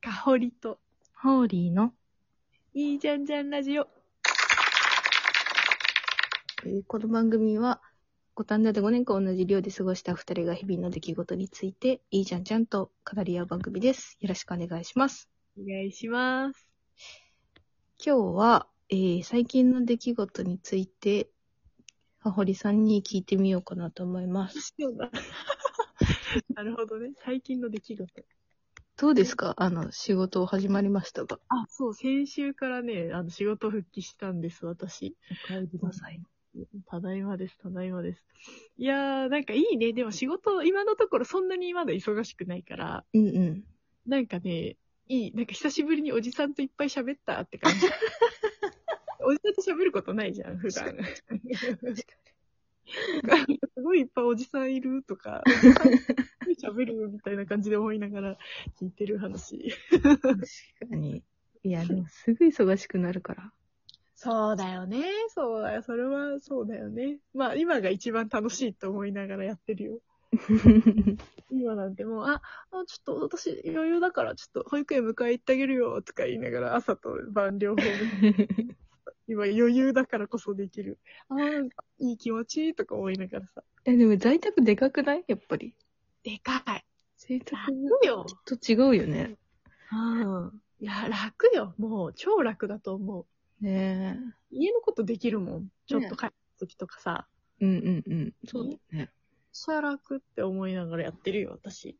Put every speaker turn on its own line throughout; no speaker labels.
かほりと、
ホーリーの、
いいじゃんじゃんラジオ。
えーこの番組は、五反田で5年間同じ寮で過ごした2人が日々の出来事について、いいじゃんちゃんと語り合う番組です。よろしくお願いします。
お願いします。
今日は、えー最近の出来事について、はほりさんに聞いてみようかなと思います。
そうだ。 なるほどね。最近の出来事。
どうですかあの、仕事始まりましたが。
あ、そう、先週からね、あの、仕事復帰したんです、私。
お帰りなさい。
ただいまです、ただいまです。いやー、なんかいいね。でも仕事、今のところそんなにまだ忙しくないから、
うんうん。
なんかね、いい、なんか久しぶりにおじさんといっぱい喋ったって感じ。 おじさんと喋ることないじゃん、普段。 すごいいっぱいおじさんいると か、おじさん喋るみたいな感じで思いながら聞いてる話。
確かに。いや、でもすぐ忙しくなるから。
そうだよね。そうだよ。それはそうだよね。まあ今が一番楽しいと思いながらやってる よ。今なんてもう、あ、あちょっと私余裕だからちょっと保育園迎え行ってあげるよとか言いながら朝と晩 両方今余裕だからこそできる。あーなんかいい気持ちとか思いながらさ。
え、でも在宅でかくないやっぱり。
でかい。
在宅
楽よ。
と違うよね。
うん。いや、楽よ。もう超楽だと思う。
ね
家のことできるもん。ちょっと帰る時とかさ。
え。うんうんうん。そうだね。
そりゃ楽って思いながらやってるよ、私。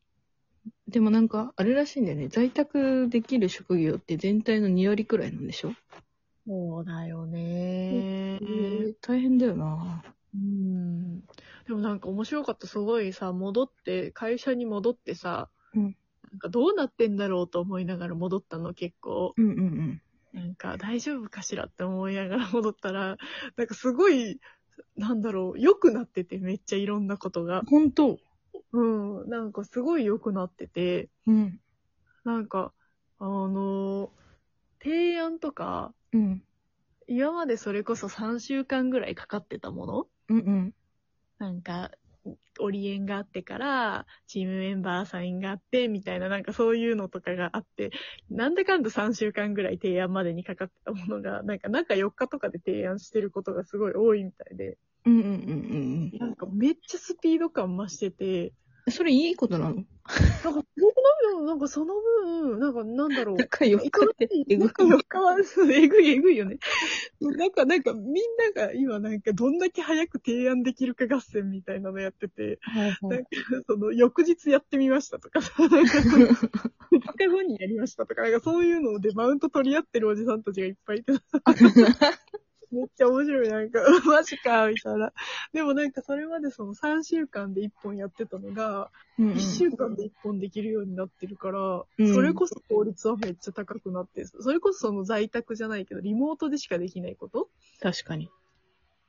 でもなんか、あれらしいんだよね。在宅できる職業って全体の2割くらいなんでしょ、
そうだよね
え大変だよな。
うん。でもなんか面白かった。すごいさ、戻って、会社に戻ってさ、
うん
なんかどうなってんだろうと思いながら戻ったの結構。
うんうんうん。
なんか大丈夫かしらって思いながら戻ったら、なんかすごい、なんだろう、良くなっててめっちゃいろんなことが。
本当
うん。なんかすごい良くなってて。
うん。
なんか、あのー提案とか、
うん。
今までそれこそ3週間ぐらいかかってたもの
うんうん。
なんか、オリエンがあってから、チームメンバーサインがあって、みたいな、なんかそういうのとかがあって、なんだかんだ3週間ぐらい提案までにかかってたものが、なんか中4日とかで提案してることがすごい多いみたいで、
うんうんうん
なんかめっちゃスピード感増してて、
うん。それいいことなの
なんか、なんかその分、なんかなんだろう。
仲良 くって。えぐい
なんかかわいそうえぐい、えぐいよね。なんか、なんか、みんなが今なんか、どんだけ早く提案できるか合戦みたいなのやってて、
はいはい
その、翌日やってみましたとか、なんか、2日後にやりましたとか、なんかそういうのでマウント取り合ってるおじさんたちがいっぱいい て、めっちゃ面白い、なんか、マジか、みたいな。でもなんか、それまでその3週間で1本やってたのが、
うんうん
1週間で1本できるようになってるから、
うん
それこそ効率はめっちゃ高くなって、それこそその在宅じゃないけど、リモートでしかできないこと
確かに。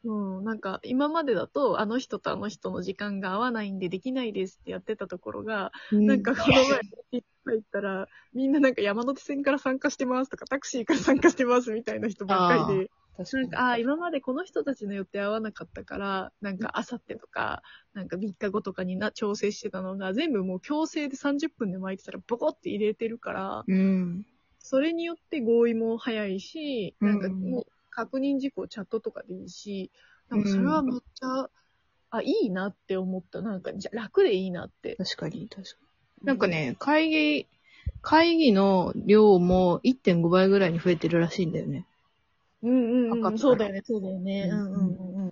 うん、なんか今までだと、あの人とあの人の時間が合わないんでできないですってやってたところが、なんかこの前、いっぱい行ったら、みんななんか山手線から参加してますとか、タクシーから参加してますみたいな人ばっかりで、
確
なんか、ああー、今までこの人たちの予定合わなかったから、なんか、あさってとか、なんか3日後とかにな、調整してたのが、全部もう強制で30分で巻いてたら、ボコって入れてるから、
うん。
それによって合意も早いし、
う
なんんかもう、確認事項チャットとかでいいし、なんかそれはめっちゃ、あ、いいなって思った。なんか、じゃ楽でいいなって。
確かに、確かに。なんか、ね、会議、会議の量も1.5倍ぐらいに増えてるらしいんだよね。
うんうん、
わ
う
かった
ん、そうだよね、そうだよね。
う
うんんうんうんうん。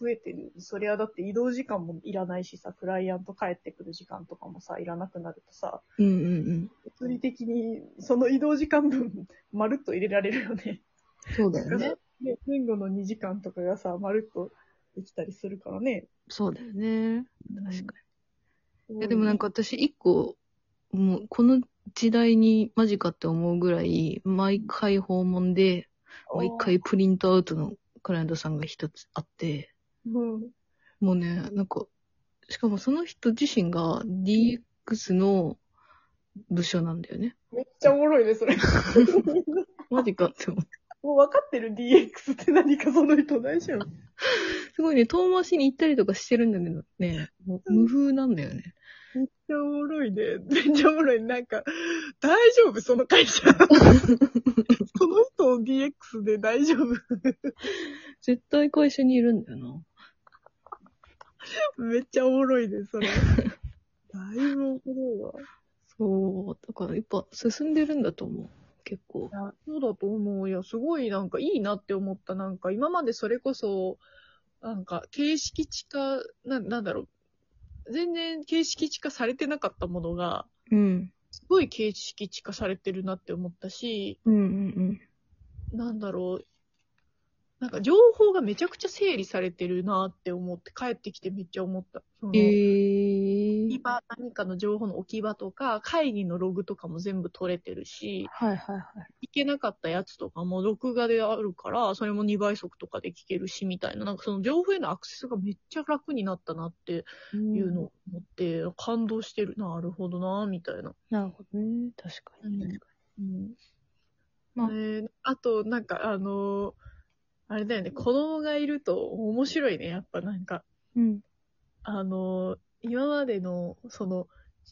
増えてる。そりゃだって移動時間もいらないしさ、クライアント帰ってくる時間とかもさ、いらなくなるとさ、
うんうんうん。
物理的にその移動時間分、まるっと入れられるよね。
そうだよね。
ね前後の2時間とかがさ、まるっとできたりするからね。
そうだよね。確か
に
に。いやでもなんか、私一個、もうこの時代にマジかって思うぐらい、毎回訪問で、毎回プリントアウトのクライアントさんが一つあって、
うん。
もうね、なんか、しかもその人自身が DX の部署なんだよね。
めっちゃおもろいね、 それ。
マジかって思って。
もう分かってる DX って何かその人大丈夫
すごいね、遠回しに行ったりとかしてるんだけどね、もう無風なんだよね。
めっちゃおもろいね。めっちゃおもろい。なんか、大丈夫その会 社。その人を DX で大丈夫。
絶対会社にいるんだよな。
めっちゃおもろいね、それ。だいぶおもろいわ。
そう。だからやっぱ進んでるんだと思う。結構
い。や、そうだと思うよ。すごいなんかいいなって思った。なんか今までそれこそ、なんか形式地化、な、なんだろう。全然形式地化されてなかったものが、
うん。
すごい形式地化されてるなって思ったし、
うんうん
なんだろう。なんか情報がめちゃくちゃ整理されてるなって思って、帰ってきてめっちゃ思った。その
え
置
ー
き。場、何かの情報の置き場とか、会議のログとかも全部取れてるし、
はいはいはい。
聞けなかったやつとかも録画であるから、それも2倍速とかで聞けるし、みたいな。なんかその情報へのアクセスがめっちゃ楽になったなって
い
いうのを思って、感動してるな、なるほどな、みたいな。
なるほどね。確かに。
うん
確か
うん。
まあ
えーあと、なんかあのーあれだよね、子供がいると面白いね、やっぱなんか。
に。うん。
あの、今までの、その、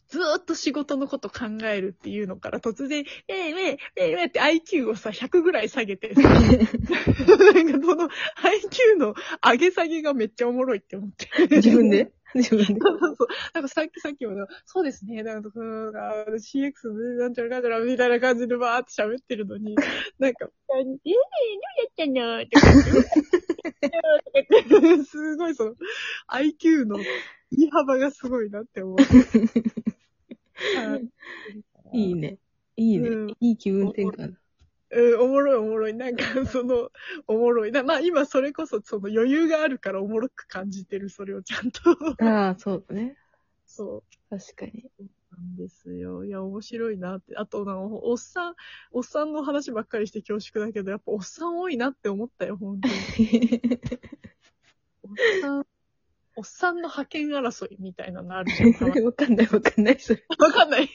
ずーっと仕事のこと考えるっていうのから突然、ええええええええって IQ をさ、100ぐらい下げ てさ、なんかその IQ の上げ下げがめっちゃおもろいって思って。
自分で 自分で。
そうそうそう。なんかさっきさっきもな、そうですね、なんかその、あの CX でなんちゃらかんちゃらみたいな感じでバーって喋ってるのに、なんか、えー、えどうやったのって感じとか言って。すごいその、IQ の振り幅がすごいなって思う。
いいね。いいね。
うん
いい気分転換。
うん、おもろいおもろい。なんか、その、おもろい。なまあ今それこそその余裕があるからおもろく感じてる、それをちゃんと。
ああ、そうだね。
そう。
確かに。
なんですよ。いや、面白いなって。あとなんか、おっさん、おっさんの話ばっかりして恐縮だけど、やっぱおっさん多いなって思ったよ、本当に。おっさん、 おっさんの派遣争いみたいなのあるじゃん。たまに
わかんないわかんない。それ。
わかんない。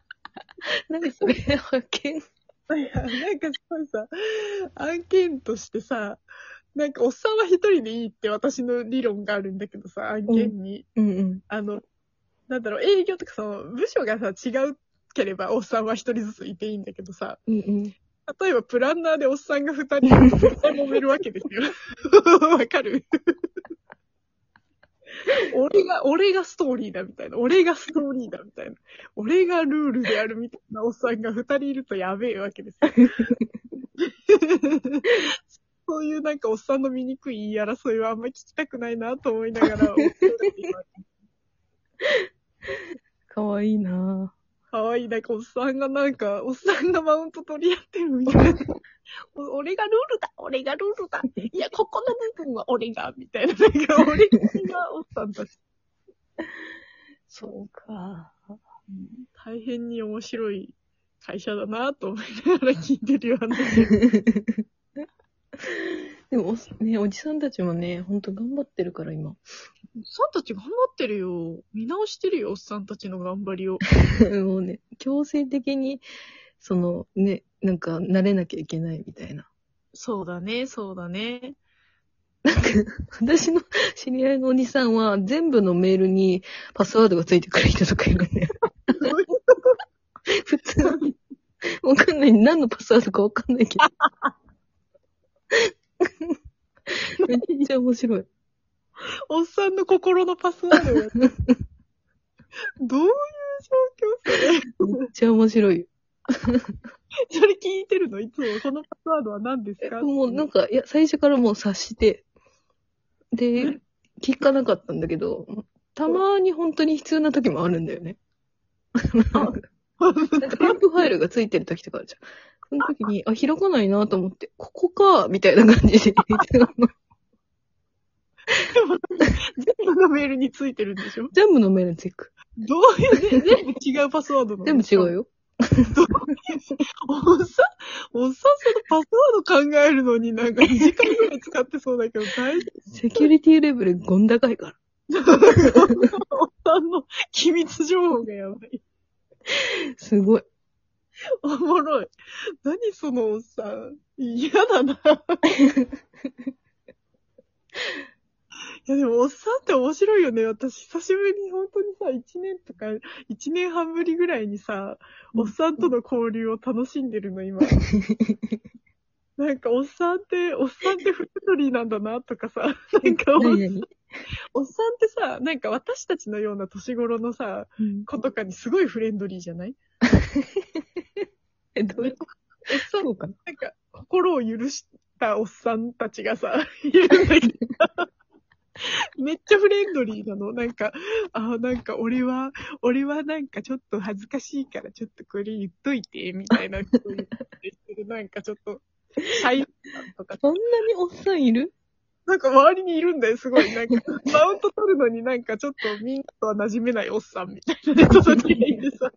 何 それ派遣
いやなんかすごいさ、案件としてさ、なんかおっさんは一人でいいって私の理論があるんだけどさ、案件に。
うんうん。
あの、なんだろう、営業とかその、部署がさ、違うければおっさんは一人ずついていいんだけどさ、
うんうん。
例えばプランナーでおっさんが二人いると絶対揉めるわけですよ。 わかる俺が、俺がストーリーだみたいな。俺がストーリーだみたいな。俺がルールであるみたいなおっさんが二人いるとやべえわけです よ。そういうなんかおっさんの醜い言い争いはあんま聞きたくないなと思いながら、
かわいいな
かわいい、なんかおっさんがなんか、おっさんがマウント取り合ってるみた いな。お俺がルールだ俺がルール だいや、ここの部分は俺がみたいな。なんか俺がおっさんだし。
そうか。
大変に面白い会社だなと思いながら聞いてるような。
でも、おね、おじさんたちもね、ほんと頑張ってるから、今。
おっさんたち頑張ってるよ。見直してるよ、おっさんたちの頑張りを。
もうね、強制的に、その、ね、なんか、慣れなきゃいけないみたいな。
そうだね、そうだ ね。
私の 知り合いのおじさんは、全部のメールにパスワードがついてくる人とかいるんだよ。 普通に。わかんない。何のパスワードかわかんないけど。めっちゃ面白い。
おっさんの心のパスワードをやって るどういう状況それ
めっちゃ面白い。
それ聞いてるのいつも、このパスワードは何ですか
も うなんか、いや、最初からもう察して。で、聞かなかったんだけど、たまに本当に必要な時もあるんだよね。なんか添付ファイルがついてる時とかあるじゃん。その時に、あ、開かないなと思って、ここか、みたいな感じで 言ってたの。
全部のメールについてるんでしょ
全部のメールにつく。
どういう、ね、全部違うパスワードなの
全 部違
よ。
うよ。
おっさん、おっさんそのパスワード考えるのになんか2時間ぐらい使ってそうだけど、大丈
セキュリティレベルゴン高いから。
夫おっさんの機密情報がやばい。
すごい。
おもろい。何そのおっ さん。嫌だな。いやでも、おっさんって面白いよね。私、久しぶりに本当にさ、1年とか、1年半ぶりぐらいにさ、おっさんとの交流を楽しんでるの、 今。なんか、おっさんって、おっさんってフレンドリーなんだな、とかさ、なんかお、
何々
おっさんってさ、なんか私たちのような年頃のさ、
うん
子とかにすごいフレンドリーじゃない
え、どういうこと
おっさん
そうかな
なんか、心を許したおっさんたちがさ、 いるんだけど。めっちゃフレンドリーなの。なんか、あなんか俺は、俺はなんかちょっと恥ずかしいからちょっとこれ言っといて、みたいなこと言ってる。なんかちょっと、シャイとか、
そんなにおっさんいる
なんか周りにいるんだよ、すごい。 なんか、マウント取るのになんかちょっとみんなとは馴染めないおっさんみたいな人たちがいてさ。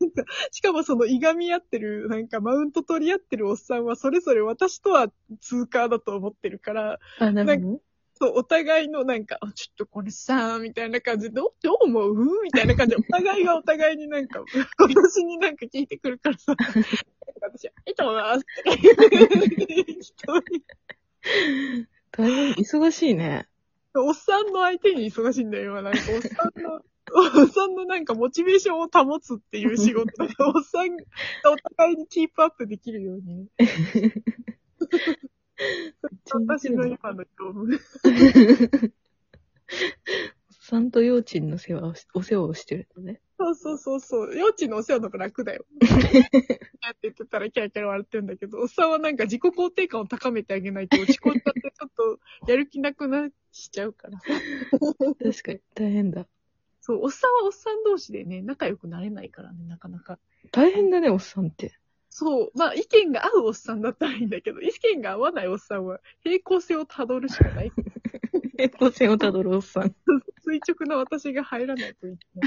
なんかしかもそのいがみ合ってる、なんかマウント取り合ってるおっさんはそれぞれ私とは通過だと思ってるから、
あ、なるほど。
そう、お互いのなんか、あちょっとこれさ、みたいな感じで、どどう思うみたいな感じで、お互いがお互いになんか、 私になんか聞いてくるからさ、なんか私、はい、と思います って。 一人
大変忙しいね。
おっさんの相手に忙しいんだよ、今。なんか、おっさんの、 おっさんのなんかモチベーションを保つっていう仕事 だからおっさんがお互いにキープアップできるように。私の今の業務。
おっさんと幼稚の世話をし、お世話をしてるのね。
そうそうそうそう。幼稚のお世話の方が楽だよ。やって言ってたらキャーキャー笑ってんだけど、おっさんはなんか自己肯定感を高めてあげないと落ち込んじゃってちょっとやる気なくなっちゃうから。
確かに、大変だ。
そう、おっさんはおっさん同士でね、仲良くなれないからね、なかなか。
大変だね、おっさんって。
そう。まあ、意見が合うおっさんだったらいいんだけど、意見が合わないおっさんは平行線をたどるしかない。
平行線をたどるおっさん。
垂直な私が入らないといけない。